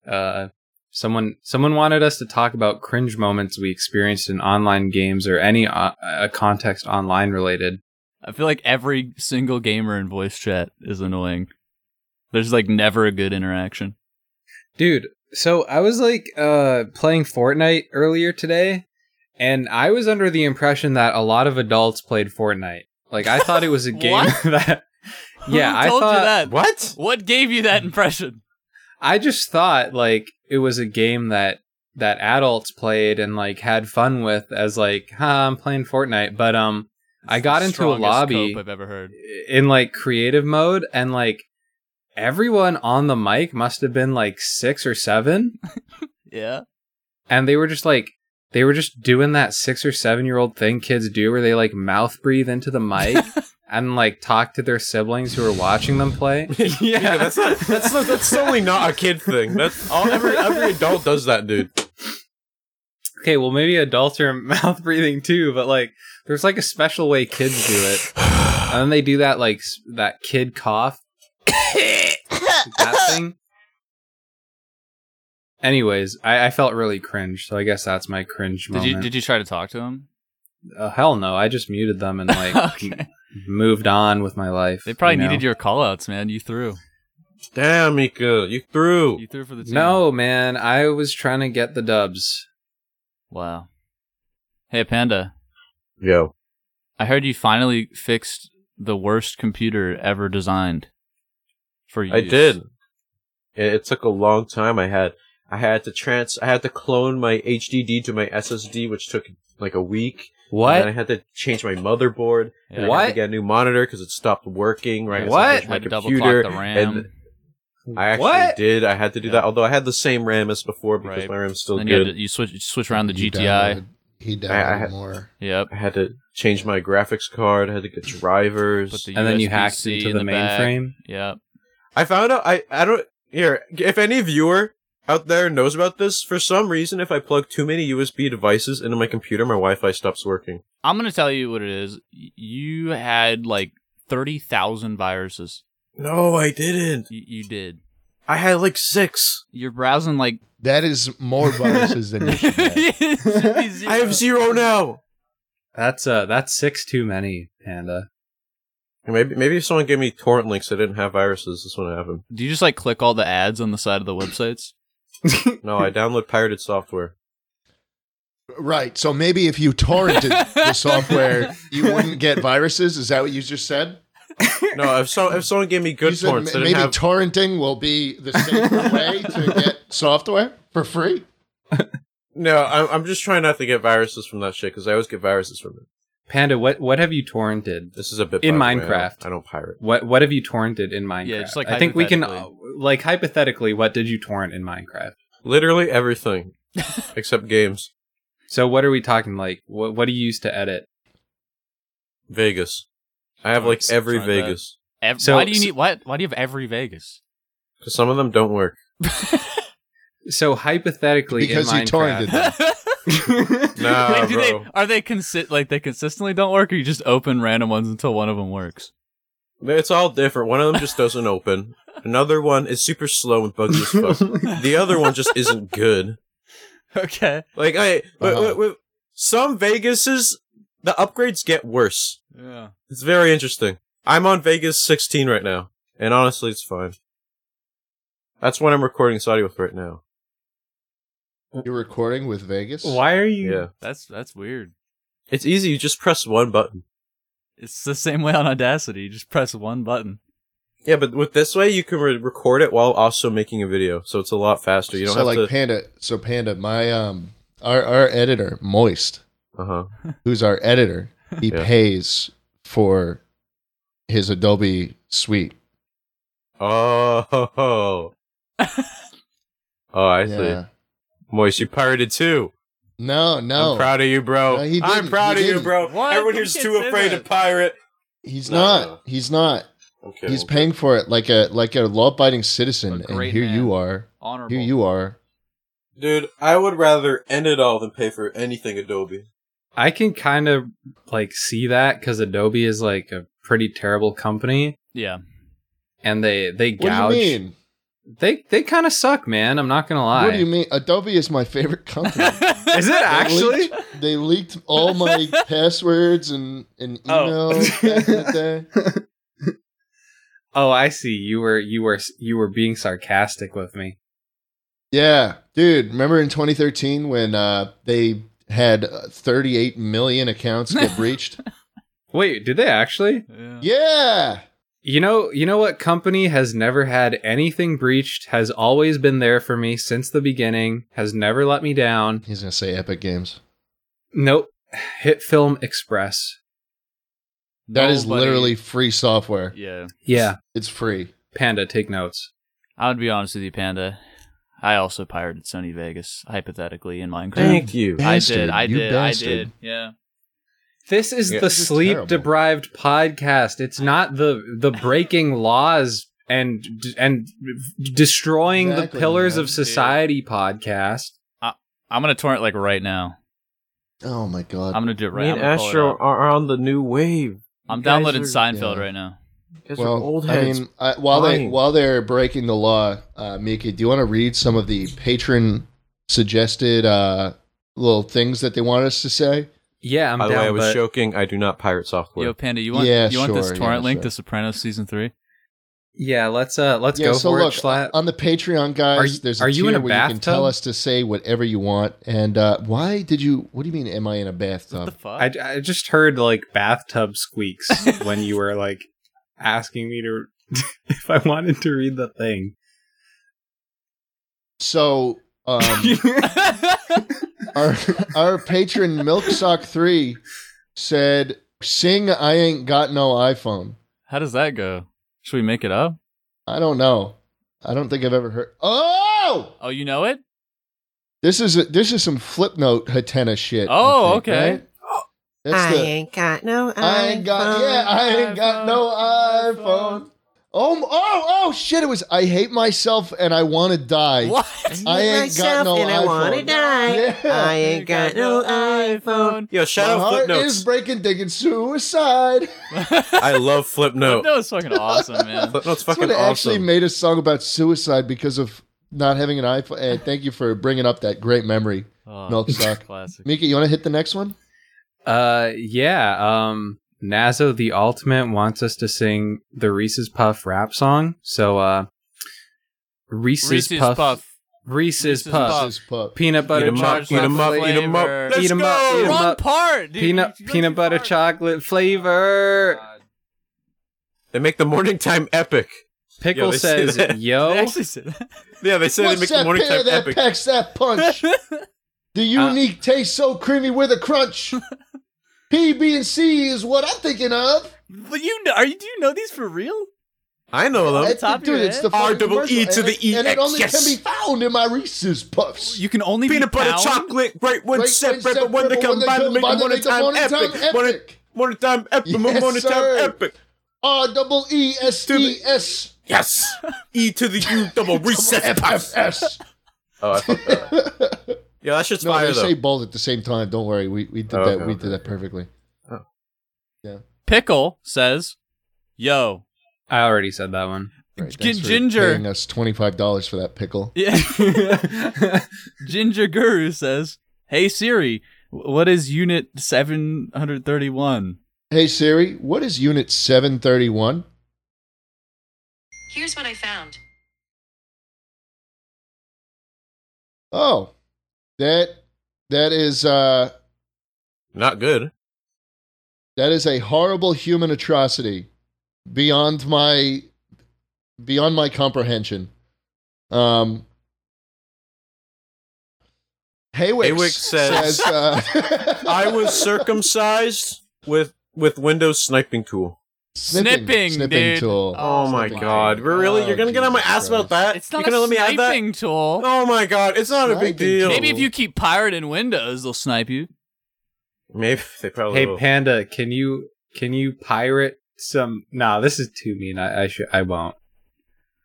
[SPEAKER 4] uh, someone someone wanted us to talk about cringe moments we experienced in online games or any uh, uh, context online related.
[SPEAKER 3] I feel like every single gamer in voice chat is annoying. There's like never a good interaction.
[SPEAKER 4] Dude, so I was like uh, playing Fortnite earlier today, and I was under the impression that a lot of adults played Fortnite. Like I thought it was a game
[SPEAKER 3] What?
[SPEAKER 4] that. Yeah,
[SPEAKER 3] Who
[SPEAKER 4] I
[SPEAKER 3] told
[SPEAKER 4] thought-
[SPEAKER 3] you that.
[SPEAKER 7] What?
[SPEAKER 3] What gave you that impression?
[SPEAKER 4] I just thought like it was a game that that adults played and like had fun with as like, huh, I'm playing Fortnite. But um I got
[SPEAKER 3] The
[SPEAKER 4] into a
[SPEAKER 3] strongest
[SPEAKER 4] lobby
[SPEAKER 3] cope I've ever heard.
[SPEAKER 4] in like creative mode and like everyone on the mic must have been like six or seven
[SPEAKER 3] Yeah.
[SPEAKER 4] and they were just like they were just doing that six or seven year old thing kids do where they like mouth breathe into the mic and like talk to their siblings who are watching them play.
[SPEAKER 7] Yeah, that's not, that's not, that's totally not a kid thing. That's all every every adult does that, dude.
[SPEAKER 4] Okay, well maybe adults are mouth breathing too, but like there's like a special way kids do it, and then they do that like s- that kid cough, that thing. Anyways, I, I felt really cringe, so I guess that's my cringe
[SPEAKER 3] Did
[SPEAKER 4] moment.
[SPEAKER 3] you did you try to talk to him?
[SPEAKER 4] Uh, hell no, I just muted them and like
[SPEAKER 3] okay.
[SPEAKER 4] m- moved on with my life.
[SPEAKER 3] They probably
[SPEAKER 4] you know?
[SPEAKER 3] needed your call outs, man. You threw.
[SPEAKER 7] Damn, Mika, you threw.
[SPEAKER 3] You threw for the team.
[SPEAKER 4] No, man, I was trying to get the dubs.
[SPEAKER 3] Wow. Hey Panda,
[SPEAKER 7] Yo,
[SPEAKER 3] I heard you finally fixed the worst computer ever designed. For you.
[SPEAKER 7] I did. It, it took a long time. I had I had to trans I had to clone my HDD to my SSD, which took like a week. And then I
[SPEAKER 4] What?
[SPEAKER 7] had to change my motherboard. And I had to
[SPEAKER 4] What?
[SPEAKER 7] get a new monitor because it stopped working. Right. So
[SPEAKER 4] What?
[SPEAKER 7] I changed
[SPEAKER 3] Had to
[SPEAKER 7] my
[SPEAKER 3] double
[SPEAKER 7] computer.
[SPEAKER 3] clock the RAM.
[SPEAKER 7] And I actually
[SPEAKER 4] What?
[SPEAKER 7] did. I had to do
[SPEAKER 3] Yeah.
[SPEAKER 7] that. Although I had the same RAM as before because
[SPEAKER 3] Right.
[SPEAKER 7] my RAM's still
[SPEAKER 3] Then you,
[SPEAKER 7] good.
[SPEAKER 3] had to, you switch you switch around the
[SPEAKER 1] he
[SPEAKER 3] GTI.
[SPEAKER 1] downloaded- He downloaded
[SPEAKER 7] I- I had-
[SPEAKER 1] more.
[SPEAKER 3] Yep.
[SPEAKER 7] I had to change my graphics card. I had to get drivers.
[SPEAKER 3] Put the
[SPEAKER 4] And then you
[SPEAKER 3] USB-C
[SPEAKER 4] hacked into
[SPEAKER 3] in
[SPEAKER 4] the,
[SPEAKER 3] back.
[SPEAKER 4] mainframe.
[SPEAKER 3] Yep.
[SPEAKER 7] I found out. I I don't here. If any viewer out there knows about this, for some reason, if I plug too many USB devices into my computer, my Wi-Fi stops working.
[SPEAKER 3] I'm gonna tell you what it is. Y- You had like thirty thousand viruses.
[SPEAKER 7] No, I didn't.
[SPEAKER 3] You, you did.
[SPEAKER 7] I had like six.
[SPEAKER 3] You're browsing like.
[SPEAKER 1] That is more viruses than you should have.
[SPEAKER 3] I
[SPEAKER 7] I have zero now.
[SPEAKER 4] That's uh, that's six too many, Panda.
[SPEAKER 7] Maybe maybe if someone gave me torrent links, I didn't have viruses. This wouldn't happen.
[SPEAKER 3] Do you just like click all the ads on the side of the websites?
[SPEAKER 7] No, I download pirated software.
[SPEAKER 1] Right. So maybe if you torrented the software, you wouldn't get viruses. Is that what you just said?
[SPEAKER 7] No, if so if someone gave me
[SPEAKER 1] You
[SPEAKER 7] good
[SPEAKER 1] said
[SPEAKER 7] torrents, I
[SPEAKER 1] ma-
[SPEAKER 7] didn't
[SPEAKER 1] maybe
[SPEAKER 7] have.
[SPEAKER 1] torrenting will be the safe way to get software for free.
[SPEAKER 7] no, I'm I'm just trying not to get viruses from that shit because I always get viruses from it.
[SPEAKER 4] Panda, what what have you torrented?
[SPEAKER 7] This is a bit
[SPEAKER 4] In
[SPEAKER 7] by the way, I don't-
[SPEAKER 4] Minecraft.
[SPEAKER 7] I don't pirate.
[SPEAKER 4] What what have you torrented in Minecraft?
[SPEAKER 3] just like
[SPEAKER 4] I think we can uh,
[SPEAKER 3] hypothetically.
[SPEAKER 4] like hypothetically, what did you torrent in Minecraft?
[SPEAKER 7] Literally everything except games.
[SPEAKER 4] So what are we talking like? What what do you use to edit?
[SPEAKER 7] Vegas. I have like
[SPEAKER 3] Nice.
[SPEAKER 7] every
[SPEAKER 3] Try that.
[SPEAKER 7] Vegas
[SPEAKER 3] Ev-
[SPEAKER 4] So-
[SPEAKER 3] why do you
[SPEAKER 4] so-
[SPEAKER 3] need? Why, why do you have every Vegas?
[SPEAKER 7] because some of them don't work.
[SPEAKER 4] So hypothetically,
[SPEAKER 1] Because
[SPEAKER 4] in
[SPEAKER 1] you
[SPEAKER 4] Minecraft,
[SPEAKER 1] torrented them.
[SPEAKER 7] Nah,
[SPEAKER 3] like, do
[SPEAKER 7] bro.
[SPEAKER 3] they are they consi- like they consistently don't work, or you just open random ones until one of them works?
[SPEAKER 7] It's all different. One of them just doesn't open. Another one is super slow and bugs as fuck. The other one just isn't good.
[SPEAKER 3] Okay.
[SPEAKER 7] Like I, wi-
[SPEAKER 1] Uh-huh.
[SPEAKER 7] wi- wi- some Vegases, the upgrades get worse.
[SPEAKER 3] Yeah.
[SPEAKER 7] It's very interesting. I'm on Vegas 16 right now, and honestly, it's fine. That's what I'm recording this audio with right now.
[SPEAKER 1] You're recording with Vegas.
[SPEAKER 4] why are you?
[SPEAKER 7] Yeah,
[SPEAKER 3] That's that's weird.
[SPEAKER 7] it's easy. You just press one button.
[SPEAKER 3] It's the same way on Audacity. You just press one button.
[SPEAKER 7] Yeah, but with this way, you can re- record it while also making a video, so it's a lot faster. You don't
[SPEAKER 1] so
[SPEAKER 7] have
[SPEAKER 1] like
[SPEAKER 7] to.
[SPEAKER 1] Panda. So Panda, my um, our our editor, Moist,
[SPEAKER 7] uh huh.
[SPEAKER 1] who's our editor, he
[SPEAKER 7] Yeah.
[SPEAKER 1] pays for his Adobe suite.
[SPEAKER 7] Oh. ho, ho. oh, I see.
[SPEAKER 1] Yeah.
[SPEAKER 7] Moist, you pirated too.
[SPEAKER 1] No, no,
[SPEAKER 7] I'm proud of you, bro.
[SPEAKER 1] No, he
[SPEAKER 7] I'm
[SPEAKER 1] didn't.
[SPEAKER 7] proud
[SPEAKER 1] He
[SPEAKER 7] of you,
[SPEAKER 1] didn't.
[SPEAKER 7] bro.
[SPEAKER 3] What?
[SPEAKER 7] Everyone
[SPEAKER 3] You
[SPEAKER 7] here's
[SPEAKER 3] can't
[SPEAKER 7] too
[SPEAKER 3] say
[SPEAKER 7] afraid to
[SPEAKER 3] that.
[SPEAKER 7] pirate.
[SPEAKER 1] he's
[SPEAKER 7] No,
[SPEAKER 1] not.
[SPEAKER 7] no.
[SPEAKER 1] He's not.
[SPEAKER 7] Okay.
[SPEAKER 1] he's paying for it like a like a law-abiding
[SPEAKER 3] A
[SPEAKER 1] citizen, and
[SPEAKER 3] great
[SPEAKER 1] here you
[SPEAKER 3] man.
[SPEAKER 1] are.
[SPEAKER 3] Honorable.
[SPEAKER 1] Here you are.
[SPEAKER 7] Dude, I would rather end it all than pay for anything Adobe.
[SPEAKER 4] I can kind of like see that because Adobe is like a pretty terrible company,
[SPEAKER 3] Yeah.
[SPEAKER 4] and they they
[SPEAKER 1] What
[SPEAKER 4] gouge.
[SPEAKER 1] do you mean?
[SPEAKER 4] They they kind of suck, man. I'm not gonna lie.
[SPEAKER 1] What do you mean? Adobe is my favorite company.
[SPEAKER 4] Is it actually?
[SPEAKER 1] leaked, they leaked all my passwords and and
[SPEAKER 2] Oh.
[SPEAKER 1] emails back in the day.
[SPEAKER 4] Oh, I see. You were you were you were being sarcastic with me.
[SPEAKER 1] Yeah, dude. Remember in 2013 when uh, they had uh, 38 million accounts get breached?
[SPEAKER 4] Wait, did they actually?
[SPEAKER 3] Yeah.
[SPEAKER 1] yeah,
[SPEAKER 4] You know, you know what company has never had anything breached, has always been there for me since the beginning, has never let me down.
[SPEAKER 1] he's gonna say Epic Games.
[SPEAKER 4] Nope. Hit Film Express.
[SPEAKER 1] That is
[SPEAKER 3] Nobody-
[SPEAKER 1] literally free software.
[SPEAKER 3] Yeah.
[SPEAKER 4] Yeah.
[SPEAKER 1] It's free.
[SPEAKER 4] Panda, take notes.
[SPEAKER 3] I would be honest with you, Panda. I also pirated Sony Vegas, hypothetically, in Minecraft.
[SPEAKER 7] Thank you.
[SPEAKER 3] I
[SPEAKER 1] Bastard,
[SPEAKER 3] did. I
[SPEAKER 1] you
[SPEAKER 3] did.
[SPEAKER 1] bastard.
[SPEAKER 3] I did. Yeah.
[SPEAKER 4] This is
[SPEAKER 7] Yeah,
[SPEAKER 4] the
[SPEAKER 1] this is
[SPEAKER 4] sleep
[SPEAKER 1] terrible.
[SPEAKER 4] deprived podcast. It's not the the breaking laws and and destroying the
[SPEAKER 1] Exactly,
[SPEAKER 4] pillars
[SPEAKER 1] man.
[SPEAKER 4] of society podcast.
[SPEAKER 3] I'm gonna torrent like right now.
[SPEAKER 1] Oh my god.
[SPEAKER 3] I'm gonna do it right.
[SPEAKER 7] Me
[SPEAKER 3] now.
[SPEAKER 7] and Astro are on the new wave.
[SPEAKER 3] I'm
[SPEAKER 7] You guys
[SPEAKER 3] downloading
[SPEAKER 7] are-
[SPEAKER 3] Seinfeld
[SPEAKER 1] yeah.
[SPEAKER 3] right now.
[SPEAKER 7] Guys are
[SPEAKER 1] well,
[SPEAKER 7] old
[SPEAKER 1] I
[SPEAKER 7] heads.
[SPEAKER 1] mean, I, while they
[SPEAKER 7] fine.
[SPEAKER 1] while they're breaking the law, uh, Miki, do you want to read some of the patron suggested uh, little things that they want us to say?
[SPEAKER 4] Yeah, I'm
[SPEAKER 7] By the
[SPEAKER 4] down.
[SPEAKER 7] way, I was
[SPEAKER 4] but
[SPEAKER 7] joking. I do not pirate software.
[SPEAKER 3] Yo, Panda, you want
[SPEAKER 1] Yeah,
[SPEAKER 3] you want this
[SPEAKER 1] sure,
[SPEAKER 3] torrent
[SPEAKER 1] yeah,
[SPEAKER 3] link
[SPEAKER 1] sure.
[SPEAKER 3] to Sopranos season three?
[SPEAKER 4] yeah, let's uh let's
[SPEAKER 1] Yeah,
[SPEAKER 4] go
[SPEAKER 1] so
[SPEAKER 4] for
[SPEAKER 1] look, uh,
[SPEAKER 4] it. Schlatt.
[SPEAKER 1] On the Patreon, guys,
[SPEAKER 4] Are you-
[SPEAKER 1] there's a
[SPEAKER 4] are you in
[SPEAKER 1] tier
[SPEAKER 4] a
[SPEAKER 1] where you can
[SPEAKER 4] bathtub?
[SPEAKER 1] tell us to say whatever you want. And uh, why did you? What do you mean? Am I in a
[SPEAKER 3] What the
[SPEAKER 1] bathtub?
[SPEAKER 3] fuck?
[SPEAKER 4] I, I just heard like bathtub squeaks when you were like asking me to if I wanted to read the thing.
[SPEAKER 1] So, um, our our patron Milksock Three said, "Sing, I ain't got no iPhone."
[SPEAKER 3] How does that go? Should we make it up?
[SPEAKER 1] I don't know. I don't think I've ever heard. Oh.
[SPEAKER 3] Oh, you know it?
[SPEAKER 1] This is this is some Flipnote Hatena shit. I
[SPEAKER 3] Oh,
[SPEAKER 1] think,
[SPEAKER 3] okay.
[SPEAKER 1] right? That's the,
[SPEAKER 8] ain't got no
[SPEAKER 1] I ain't got yeah, I ain't got no
[SPEAKER 3] iPhone.
[SPEAKER 1] iPhone. Oh, m- oh, oh shit! It was I hate myself and I want to die.
[SPEAKER 3] What?
[SPEAKER 1] I ain't got no iPhone. Yeah.
[SPEAKER 8] ain't got no iPhone.
[SPEAKER 7] Yo, shout
[SPEAKER 1] My
[SPEAKER 7] out
[SPEAKER 1] heart
[SPEAKER 7] Flipnotes.
[SPEAKER 1] is breaking, digging suicide.
[SPEAKER 7] I love Flipnote.
[SPEAKER 3] No, it's fucking awesome, man.
[SPEAKER 7] Flipnote's
[SPEAKER 1] Someone
[SPEAKER 7] fucking
[SPEAKER 1] actually
[SPEAKER 7] awesome.
[SPEAKER 1] made a song about suicide because of not having an iPhone. Hey, thank you for bringing up that great memory,
[SPEAKER 3] Oh,
[SPEAKER 1] Milksock.
[SPEAKER 3] Classic.
[SPEAKER 1] Mika. You want to hit the next one?
[SPEAKER 4] Uh yeah, um Nazo the Ultimate wants us to sing the Reese's Puff rap song. So uh Reese's,
[SPEAKER 3] Reese's
[SPEAKER 4] Puff,
[SPEAKER 3] Puff.
[SPEAKER 4] Reese's,
[SPEAKER 3] Reese's
[SPEAKER 4] Puff,
[SPEAKER 7] Uh,
[SPEAKER 3] Puff.
[SPEAKER 1] This is Pup.
[SPEAKER 4] peanut butter
[SPEAKER 7] Eat 'em up,
[SPEAKER 4] chocolate
[SPEAKER 7] eat 'em up, eat 'em up.
[SPEAKER 3] flavor.
[SPEAKER 7] Let's
[SPEAKER 4] Eat 'em up,
[SPEAKER 7] go!
[SPEAKER 4] eat 'em
[SPEAKER 3] Wrong
[SPEAKER 4] up.
[SPEAKER 3] part, dude.
[SPEAKER 4] peanut
[SPEAKER 3] You- you
[SPEAKER 4] peanut
[SPEAKER 3] don't
[SPEAKER 4] butter
[SPEAKER 3] do part.
[SPEAKER 4] chocolate flavor.
[SPEAKER 7] They make the morning time epic.
[SPEAKER 4] Pickle
[SPEAKER 7] Yo, they say
[SPEAKER 4] says,
[SPEAKER 7] that.
[SPEAKER 3] They
[SPEAKER 4] "Yo,
[SPEAKER 3] actually said that.
[SPEAKER 7] Yeah, they say they
[SPEAKER 1] What's
[SPEAKER 7] make the
[SPEAKER 1] that
[SPEAKER 7] morning
[SPEAKER 1] pair
[SPEAKER 7] time
[SPEAKER 1] that
[SPEAKER 7] epic. Uh,
[SPEAKER 1] packs that punch? the unique taste so creamy with a crunch. P, B, and C is what I'm thinking of.
[SPEAKER 3] But you know, are you do you know these for real?
[SPEAKER 7] I know them.
[SPEAKER 1] It's-
[SPEAKER 3] top of your
[SPEAKER 1] dude, it's
[SPEAKER 3] head?
[SPEAKER 1] the fucking
[SPEAKER 7] R double E
[SPEAKER 1] commercial,
[SPEAKER 7] to
[SPEAKER 1] and
[SPEAKER 7] the
[SPEAKER 1] it- and it
[SPEAKER 7] EX,
[SPEAKER 1] only
[SPEAKER 7] yes.
[SPEAKER 1] can be found in my Reese's Puffs.
[SPEAKER 3] You can only
[SPEAKER 7] Peanut
[SPEAKER 3] be
[SPEAKER 7] butter
[SPEAKER 3] found-
[SPEAKER 7] chocolate, great one
[SPEAKER 1] Right
[SPEAKER 7] separate,
[SPEAKER 1] separate,
[SPEAKER 7] but when they
[SPEAKER 1] but when they
[SPEAKER 7] combine, they make the
[SPEAKER 1] combine, they
[SPEAKER 7] morning
[SPEAKER 1] make the
[SPEAKER 7] time
[SPEAKER 1] morning time
[SPEAKER 7] epic. Morning-
[SPEAKER 1] epic.
[SPEAKER 7] Morning time epic,
[SPEAKER 1] Yes,
[SPEAKER 7] morning time
[SPEAKER 1] sir.
[SPEAKER 7] epic.
[SPEAKER 1] R double E S E S
[SPEAKER 7] Yes. E to the U double recess
[SPEAKER 1] F
[SPEAKER 7] puff.
[SPEAKER 1] S.
[SPEAKER 7] Oh, I fucked that. up. Yeah, that shit's
[SPEAKER 1] No,
[SPEAKER 7] fire
[SPEAKER 1] they say
[SPEAKER 7] though.
[SPEAKER 1] both at the same time. Don't worry, we we did
[SPEAKER 7] Oh,
[SPEAKER 1] that.
[SPEAKER 7] okay,
[SPEAKER 1] we
[SPEAKER 7] okay.
[SPEAKER 1] did that perfectly.
[SPEAKER 3] Pickle says, "Yo,
[SPEAKER 4] I already said that one."
[SPEAKER 1] Right,
[SPEAKER 3] G-
[SPEAKER 1] thanks for
[SPEAKER 3] ginger.
[SPEAKER 1] paying us twenty five dollars for that pickle.
[SPEAKER 3] yeah." Ginger Guru says, "Hey Siri, w- what is Unit 731?"
[SPEAKER 1] Hey Siri, what is Unit seven thirty one?
[SPEAKER 9] Here's what I found.
[SPEAKER 1] Oh, that that is uh
[SPEAKER 7] Not good.
[SPEAKER 1] that is a horrible human atrocity beyond my beyond my comprehension. Um, Haywick
[SPEAKER 7] Haywick says-
[SPEAKER 1] uh,
[SPEAKER 7] I was circumcised with with Windows sniping tool.
[SPEAKER 1] Snipping,
[SPEAKER 3] Snipping,
[SPEAKER 1] snipping
[SPEAKER 3] dude.
[SPEAKER 1] tool.
[SPEAKER 7] Oh,
[SPEAKER 3] Oh
[SPEAKER 7] my
[SPEAKER 1] my
[SPEAKER 7] god. Really?
[SPEAKER 1] God.
[SPEAKER 7] You're gonna get on my
[SPEAKER 1] Jesus
[SPEAKER 7] ass about that?
[SPEAKER 3] It's
[SPEAKER 7] You're
[SPEAKER 3] not
[SPEAKER 7] gonna
[SPEAKER 3] a
[SPEAKER 7] let me have that?
[SPEAKER 3] sniping tool.
[SPEAKER 7] Oh my god, it's not a
[SPEAKER 1] Sniping
[SPEAKER 7] big deal.
[SPEAKER 1] tool.
[SPEAKER 3] Maybe if you keep pirating Windows, they'll snipe you.
[SPEAKER 7] Maybe they probably
[SPEAKER 4] Hey
[SPEAKER 7] will.
[SPEAKER 4] Panda, can you can you pirate some? Nah, this is too mean. I, I should I won't.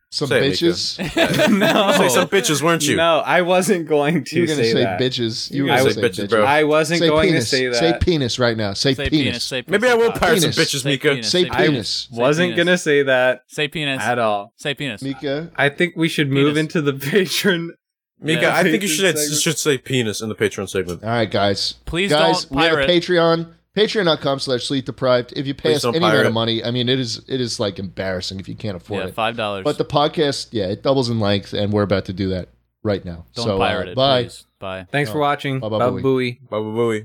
[SPEAKER 1] Some
[SPEAKER 7] Say it, Mika.
[SPEAKER 1] bitches.
[SPEAKER 7] You
[SPEAKER 4] no,
[SPEAKER 7] say some bitches, weren't you?
[SPEAKER 4] no, I wasn't going to
[SPEAKER 1] You were gonna
[SPEAKER 4] say,
[SPEAKER 1] say,
[SPEAKER 4] that.
[SPEAKER 1] bitches. You
[SPEAKER 4] You
[SPEAKER 1] were
[SPEAKER 4] were
[SPEAKER 1] gonna
[SPEAKER 4] gonna
[SPEAKER 1] say
[SPEAKER 7] say
[SPEAKER 1] bitches.
[SPEAKER 7] bitches, bro.
[SPEAKER 4] I wasn't
[SPEAKER 1] Say
[SPEAKER 4] going
[SPEAKER 1] penis.
[SPEAKER 4] to say that.
[SPEAKER 1] Say penis right now. Say,
[SPEAKER 3] say
[SPEAKER 1] penis.
[SPEAKER 3] say penis.
[SPEAKER 7] Maybe I
[SPEAKER 3] say
[SPEAKER 7] will
[SPEAKER 3] cock.
[SPEAKER 7] pirate some
[SPEAKER 1] Penis.
[SPEAKER 7] bitches,
[SPEAKER 3] Say
[SPEAKER 7] Mika.
[SPEAKER 3] penis.
[SPEAKER 1] Say
[SPEAKER 3] Say
[SPEAKER 1] penis.
[SPEAKER 3] penis.
[SPEAKER 4] wasn't
[SPEAKER 3] penis.
[SPEAKER 4] gonna say that
[SPEAKER 3] Say penis.
[SPEAKER 4] at all.
[SPEAKER 3] Say penis.
[SPEAKER 1] Mika.
[SPEAKER 4] I think we should
[SPEAKER 3] Penis.
[SPEAKER 4] move into the patron.
[SPEAKER 7] Mika,
[SPEAKER 3] Yeah.
[SPEAKER 7] I think you should
[SPEAKER 4] Segment.
[SPEAKER 7] should say penis in the Patreon segment.
[SPEAKER 1] All right, guys.
[SPEAKER 3] Please
[SPEAKER 1] guys,
[SPEAKER 3] don't
[SPEAKER 1] we have a
[SPEAKER 3] pirate.
[SPEAKER 1] Patreon. Patreon.com slash sleep deprived. If you pay
[SPEAKER 7] Please
[SPEAKER 1] us
[SPEAKER 7] don't
[SPEAKER 1] any amount of
[SPEAKER 7] pirate.
[SPEAKER 1] money, I mean it is it is like embarrassing if you can't afford
[SPEAKER 3] yeah,
[SPEAKER 1] it.
[SPEAKER 3] five dollars.
[SPEAKER 1] But the podcast, yeah, it doubles in length, and we're about to do that right now.
[SPEAKER 3] don't
[SPEAKER 1] so, uh,
[SPEAKER 3] pirate it.
[SPEAKER 1] Bye.
[SPEAKER 3] Please. Bye.
[SPEAKER 1] Oh,
[SPEAKER 4] Thanks for watching.
[SPEAKER 1] Bye-bye,
[SPEAKER 4] Bye
[SPEAKER 1] Bowie.
[SPEAKER 4] buoy.
[SPEAKER 7] Baba Booey.